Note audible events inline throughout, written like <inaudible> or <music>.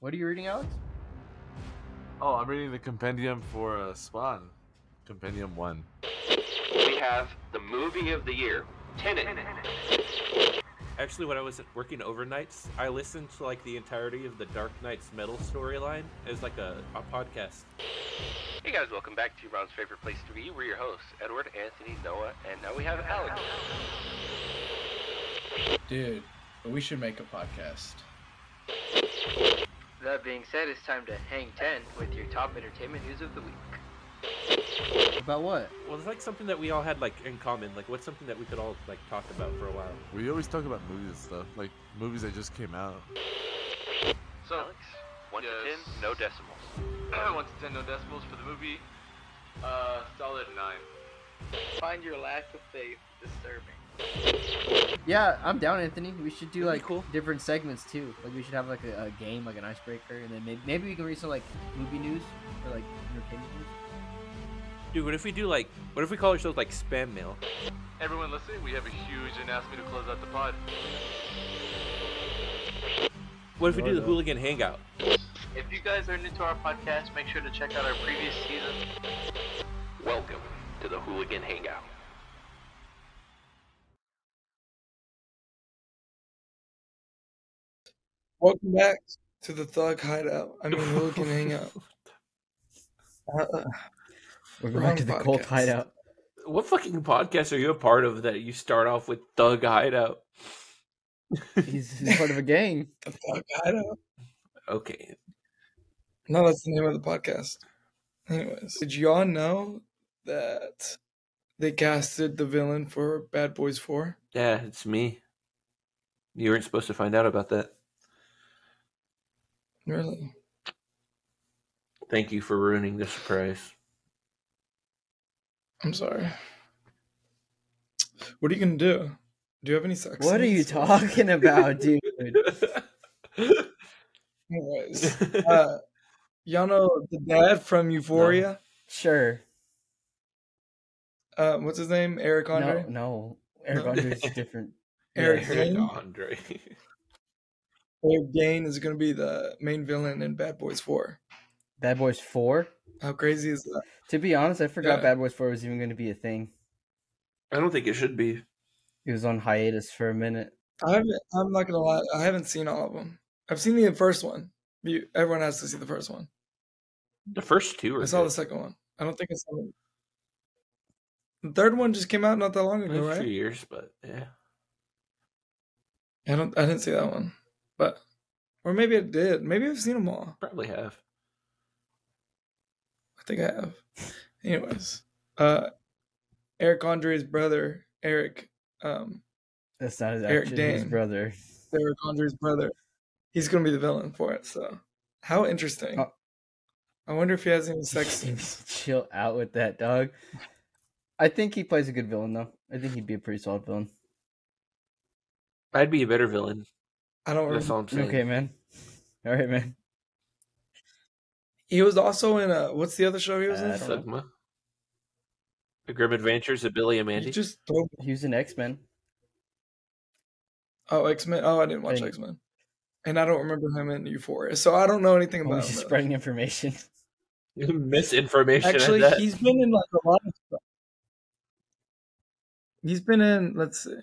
What are you reading, Alex? Oh, I'm reading the compendium for uh, Spawn. Compendium 1. We have the movie of the year, Tenet. Actually, when I was working overnights, I listened to like the entirety of the Dark Knight's metal storyline as like a, a podcast. Hey guys, welcome back to Ron's favorite place to be. We're your hosts, Edward, Anthony, Noah, and now we have Alex. Dude, we should make a podcast. That being said, it's time to hang 10 with your top entertainment news of the week. About what? Well, it's like something that we all had like in common. Like, what's something that we could all like talk about for a while? We always talk about movies and stuff, like movies that just came out. So, Alex, 1 to Yes. 10, no decimals. one to ten no decibels for the movie. Uh, solid nine. Find your lack of faith disturbing. Yeah, I'm down, Anthony. We should do That'd be like cool. different segments too. Like we should have like a, a game, like an icebreaker, and then maybe, maybe we can read some like movie news or like entertainment news. Dude, what if we do like, what if we call ourselves like spam mail? Everyone listening, we have a huge announcement to close out the pod. What if we do the Alright. hooligan hangout? If you guys are new to our podcast, make sure to check out our previous season. Welcome to the Hooligan Hangout. Welcome back to the Thug Hideout. I mean, Hooligan Hangout. Uh, Welcome Wrong back to the Colt podcast. <laughs> Hideout. What fucking podcast are you a part of that you start off with Thug Hideout? He's, he's part of <laughs> a gang. the Thug Hideout. Okay. No, that's the name of the podcast. Anyways, did y'all know that they casted the villain for Bad Boys 4? Yeah, it's me. You weren't supposed to find out about that. Really? Thank you for ruining the surprise. I'm sorry. What are you gonna do? Do you have any sex? What are you scenes? talking about, <laughs> dude? Anyways, uh, y'all know the dad from Euphoria. Sure. Uh, what's his name? Eric Andre. No, no. Eric No. <laughs> Andre's different. Eric Yeah. Andre. Andre. <laughs> Eric Dane is going to be the main villain in Bad Boys 4. Bad Boys 4. How crazy is that? To be honest, I forgot Yeah. Bad Boys 4 was even going to be a thing. I don't think it should be. It was on hiatus for a minute. I haven't, I'm not going to lie. I haven't seen all of them. I've seen the first one. You, everyone has to see the first one. The first two are I saw the good. second one. I don't think I saw it. The third one just came out not that long It ago, was a few right? years, but yeah. I don't. I didn't see that one, but or maybe I did. Maybe I've seen them all. Probably have. I think I have. Anyways, uh, Eric Andre's brother, Eric, um, That's not his Eric actually his Dane. <laughs> brother. Eric Andre's brother. He's gonna be the villain for it. So, how interesting. Uh, I wonder if he has <laughs> any sex scenes. Chill out with that, dog. I think he plays a good villain, though. I think he'd be a pretty solid villain. I'd be a better villain. I don't That's remember. all I'm saying. Okay, man. All right, man. He was also in a what's the other show he was Uh, I in? don't- Sugma. The Grim Adventures of Billy and Mandy. You just told me. He was an X Men. oh X Men. Oh, I didn't watch Thank- X Men, and I don't remember him in Euphoria, so I don't know anything Oh, <laughs> about he's him. just really. spreading information. <laughs> Misinformation. Actually, at that. he's been in like a lot of stuff. He's been in let's see,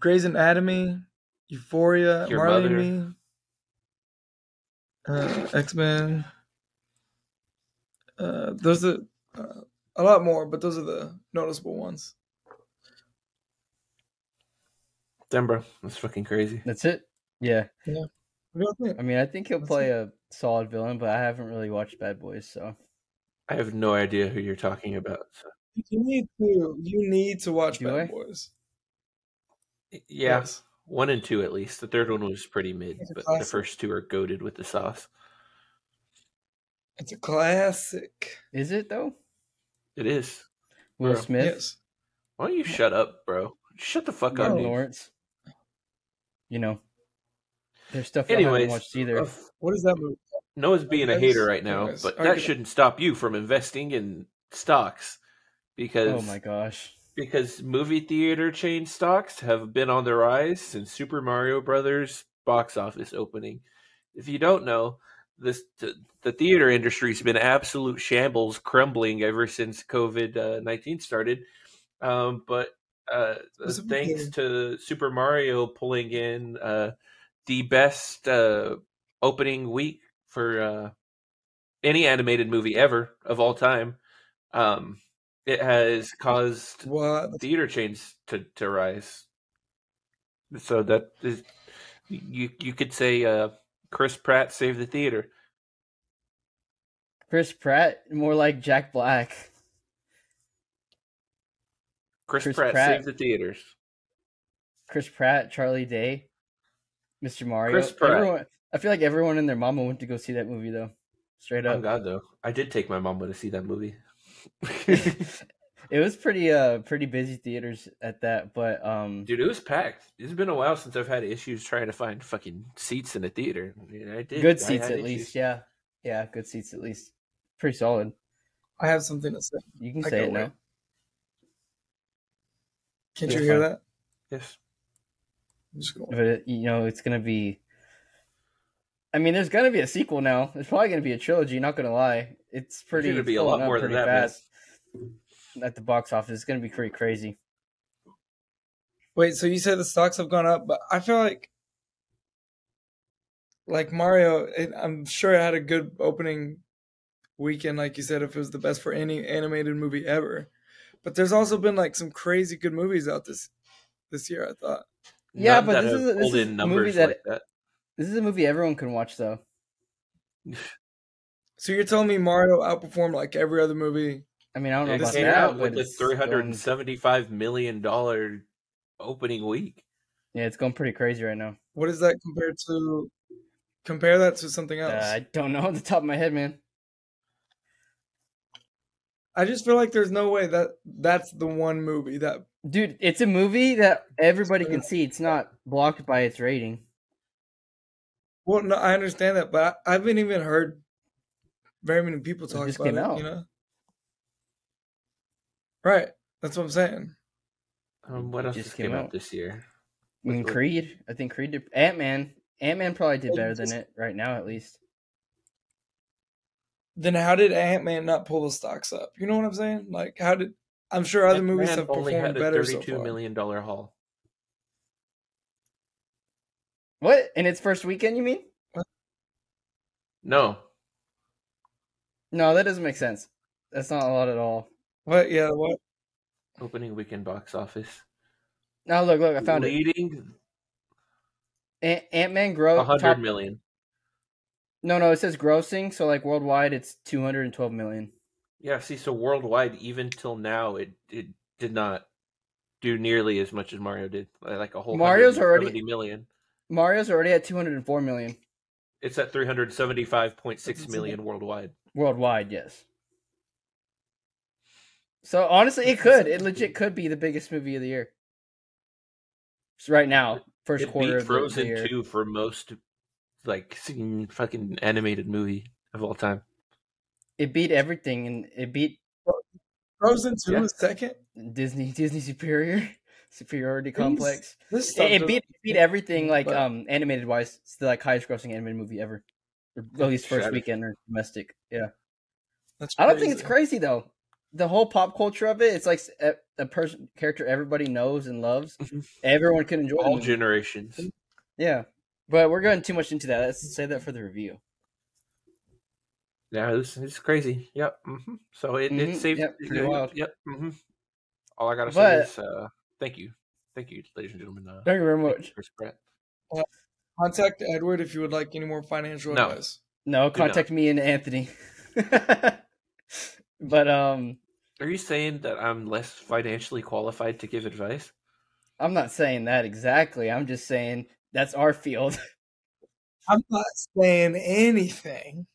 Grey's Anatomy, Euphoria, Your Marley mother. and Me, uh, X Men. Uh, those are uh, a lot more, but those are the noticeable ones. Damn, bro. That's fucking crazy. That's it. Yeah. What do you think? I mean, I think he'll That's play a solid villain, but I haven't really watched Bad Boys, so I have no idea who you're talking about. so- You need to you need to watch Do Bad I? Boys. Yeah, Yes. one and two at least. The third one was pretty mid, It's a but the classic. first two are goaded with the sauce. it's a classic. is it though? It is. Will Bro. Smith, Yes, Why don't you shut up, bro? Shut the fuck up, Martin No. dude. Lawrence. You know, there's stuff that I haven't Anyways, watched either. Uh, what is that movie? Noah's being a Yes. hater right now, Yes. but Are that you- shouldn't stop you from investing in stocks because oh my gosh! because movie theater chain stocks have been on the rise since Super Mario Brothers box office opening. if you don't know, this the, the theater industry's been absolute shambles, crumbling ever since COVID uh, nineteen started. Um, but uh, It's a big thanks deal. to Super Mario pulling in uh, the best uh, opening week for uh, any animated movie ever of all time, um, it has caused What? theater chains to, to rise. So that is, you you could say uh, Chris Pratt saved the theater. Chris Pratt, more like Jack Black. Chris, Chris Pratt, Pratt. saved the theaters. Chris Pratt, Charlie Day, Mr. Mario. Chris Pratt. Everyone, I feel like everyone and their mama went to go see that movie though. Straight Oh up, God, though, I did take my mama to see <laughs> that movie. <laughs> it was pretty uh pretty busy theaters at that, but um Dude, it was packed. It's been a while since I've had issues trying to find fucking seats in a theater. I did good I seats had at issues. least. Yeah, yeah, good seats at least. Pretty solid. I have something to say. You can I say can't it now. wait. Can't You're you hear fine. that? Yes. I'm just going. But it, you know, it's gonna be. I mean, there's gonna be a sequel now. There's probably gonna be a trilogy. Not gonna lie, it's pretty. gonna be a filling lot up more than pretty that, man. At the box office, it's gonna be pretty crazy. Wait, so you said the stocks have gone up, but I feel like like Mario, it, I'm sure it had a good opening weekend, like you said, if it was the best for any animated movie ever. But there's also been like some crazy good movies out this this year. I thought Yeah, None but that this have is a- this pulled is in a numbers movie that- like that. This is a movie everyone can watch, though. so. You're telling me Mario outperformed like every other movie? I mean, I don't know It about came that, out but with a it's three hundred going, and seventy-five million dollar opening week. yeah, it's going pretty crazy right now. What is that compared to? Compare that to something Uh, else. I don't know <laughs> off the top of my head, man. I just feel like there's no way that that's the one movie that Dude, it's a movie that everybody can see. It's not blocked by its rating. Well, no, I understand that, but I, I haven't even heard very many people talk just about came it. out. You know, right? That's what I'm saying. Um, what It else just just came, came out out. this year? I mean, Like- Creed. I think Creed did. Ant Man. Ant Man probably did Well, better than just- it right now, at least. Then how did Ant Man not pull the stocks up? You know what I'm saying? Like, how did? I'm sure other movies Ant-Man have only performed had a better so thirty-two far. million dollar haul. What? In its first weekend, you mean? No, No, that doesn't make sense. That's not a lot at all. What? Yeah. What? opening weekend box office. Now look, look, I found it. leading Ant- Ant Man a gross. hundred Oh, Top- million. no, no, it says grossing. So like worldwide, it's two hundred and twelve million. Yeah, see, so worldwide, even till now, it it did not do nearly as much as Mario did. Like a whole Mario's already- 170 million. Mario's already at two hundred and four million It's at three hundred seventy-five point six That's million worldwide. worldwide. Yes. So honestly, it could. It legit could be the biggest movie of the year. So right now, first it quarter beat of the- the Frozen year. two for most like seen fucking animated movie of all time. It beat everything, and it beat Frozen Two Yeah. was second. Disney. <laughs> Disney Superior Superiority Complex. This It, stuff it doesn't- beat it beat everything like But- um animated wise. It's the like highest grossing animated movie ever, or at least first Shattered. weekend or domestic. Yeah, That's I don't think it's crazy though. The whole pop culture of it, it's like s- a, a person character everybody knows and loves. Mhm. Everyone can enjoy. the All movie. generations. yeah, but we're going too much into that. Let's say that for the review. Yeah, it's, it's crazy. Yep. hmm So it, Mhm, Mm-hmm, it saved. yep, pretty wild. Yep. hmm All I gotta But- say is uh, thank you, thank you, ladies and gentlemen. Uh, Thank you very thank you, much. Chris Pratt. Contact Edward if you would like any more financial No. advice. No, Do not. contact me and Anthony. <laughs> but um, Are you saying that I'm less financially qualified to give advice? I'm not saying that exactly. I'm just saying that's our field. I'm not saying anything.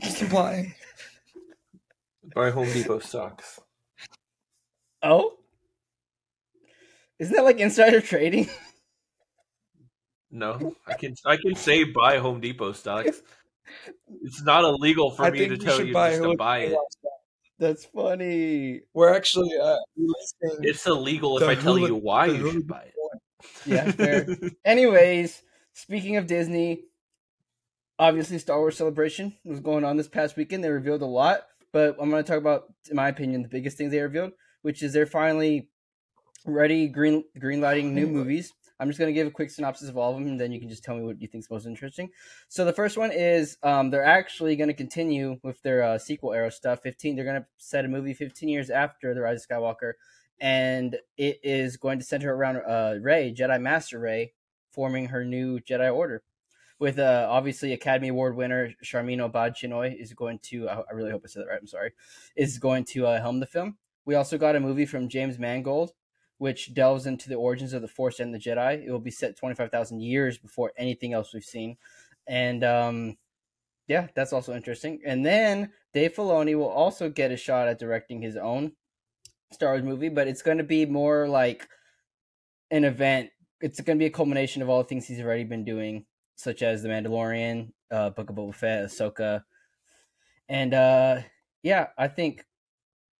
Just implying. Buy Home Depot socks. Oh, isn't that like insider trading? <laughs> No, I can I can say buy Home Depot stocks. It's not illegal for I me think to we tell should you buy just to Home buy it. That's funny. We're actually uh, releasing It's illegal if The I tell hooli- you why the you should hooli- buy it. Yeah, fair. Anyways, speaking of Disney, obviously Star Wars Celebration was going on this past weekend. They revealed a lot, but I'm going to talk about, in my opinion, the biggest thing they revealed, which is they're finally ready green green lighting new movies. I'm just going to give a quick synopsis of all of them, and then you can just tell me what you think's most interesting. So the first one is um, they're actually going to continue with their uh, sequel era stuff. 15. They're going to set a movie 15 years after the Rise of Skywalker, and it is going to center around uh, Rey, Jedi Master Rey, forming her new Jedi Order with uh, obviously Academy Award winner Charmino Bad Chinoy is going to. I, I really hope I said that right. I'm sorry. Is going to uh, helm the film. We also got a movie from James Mangold, which delves into the origins of the Force and the Jedi. It will be set 25,000 years before anything else we've seen, and um, yeah, that's also interesting. And then Dave Filoni will also get a shot at directing his own Star Wars movie, but it's going to be more like an event. It's going to be a culmination of all the things he's already been doing such as The Mandalorian, uh, Book of Boba Fett, Ahsoka, and uh, yeah, I think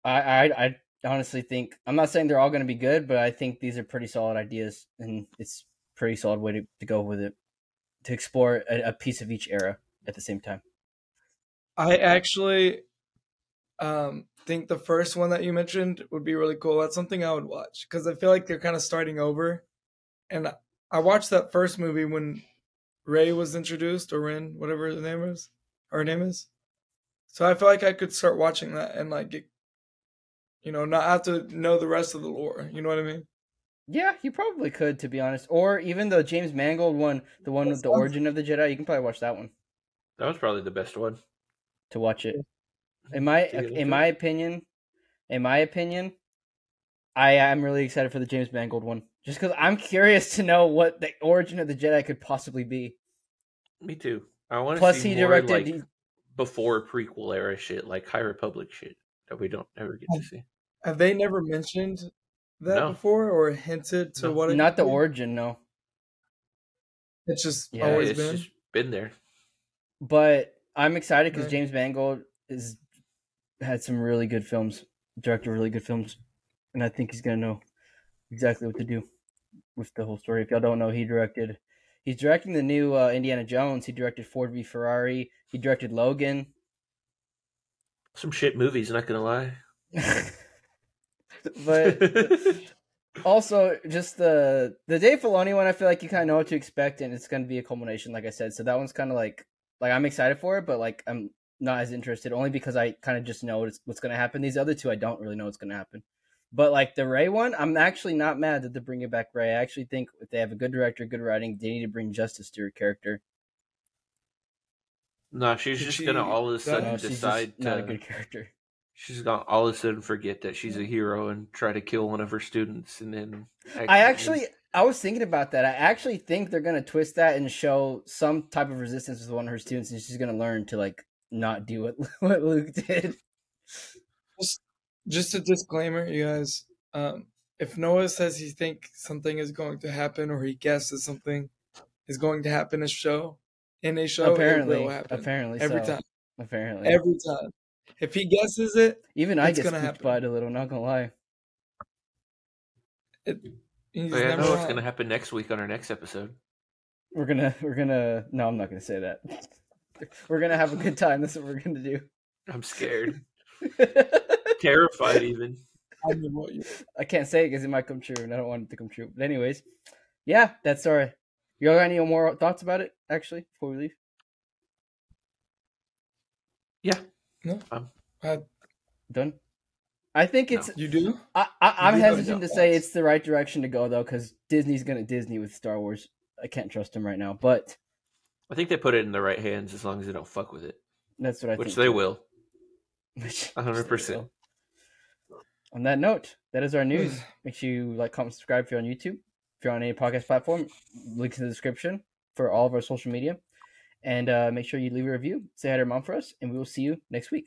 I, I I honestly think I'm not saying they're all going to be good, but I think these are pretty solid ideas, and it's pretty solid way to, to go with it to explore a, a piece of each era at the same time. I actually um, think the first one that you mentioned would be really cool. That's something I would watch because I feel like they're kind of starting over, and I watched that first movie when Ray was introduced, or Ren, whatever his name is, her name is. So I feel like I could start watching that and like get, you know, not have to know the rest of the lore. You know what I mean? Yeah, you probably could, to be honest. Or even the James Mangold one, the one with the Sounds- origin of the Jedi, you can probably watch that one That was probably the best one. to watch it. In my Yeah, that's in my opinion, in my opinion, I am really excited for the James Mangold one, just because I'm curious to know what the origin of the Jedi could possibly be. Me too. I want to Plus, see he more, directed. like, before prequel era shit, like High Republic shit that we don't ever get to see. Have they never mentioned that No. before or hinted to No. what? It not the could be? origin, no. It's just Yeah, always it's been. just been there. But I'm excited because Right. James Mangold is had some really good films, directed really good films, and I think he's gonna know exactly what to do with the whole story. If y'all don't know, he directed. He's directing the new uh, Indiana Jones. He directed Ford v Ferrari. He directed Logan. Some shit movies, not gonna lie. <laughs> but also just the the Dave Filoni one, I feel like you kind of know what to expect, and it's going to be a culmination, like I said. So that one's kind of like like I'm excited for it, but like I'm not as interested only because I kind of just know what's what's going to happen. These other two, I don't really know what's going to happen. But like the Ray one, I'm actually not mad that they're bringing back Ray. I actually think if they have a good director, good writing, they need to bring justice to her character. no, she's Did just she- gonna all of No, a But sudden she's just decide not a to- good character. she's gonna all of a sudden forget that she's a hero and try to kill one of her students, and then I actually, I was thinking about that. I actually think they're gonna twist that and show some type of resistance with one of her students, and she's gonna learn to like not do what <laughs> what Luke did. Just a disclaimer, you guys. Um, if Noah says he thinks something is going to happen or he guesses something is going to happen in a show, in a show, it apparently, will happen. apparently, every so. time, apparently, every time. If he guesses it, even I it's get gonna spooked happen. by it a little. Not gonna lie. it he's Oh, I never know what's wrong. gonna happen next week on our next episode. We're gonna, we're gonna. No, I'm not gonna say that. <laughs> We're gonna have a good time. That's what we're gonna do. <laughs> I'm scared, terrified, even. I mean, what you- I can't say it because it might come true, and I don't want it to come true. But anyways, yeah, that's all right. Y'all got any more thoughts about it? Actually, before we leave. done. I think No. it's. you do? I, I, I'm You don't hesitant know. to say it's the right direction to go though, because Disney's gonna Disney with Star Wars. I can't trust him right now, but I think they put it in the right hands as long as they don't fuck with it, that's what I which think. they will. <laughs> Which- 100%. which they will. On that note, that is our <sighs> news. Make sure you like, comment, subscribe if you're on YouTube. If you're on any podcast platform, links in the description for all of our social media, and uh, make sure you leave a review. Say hi to your mom for us, and we will see you next week.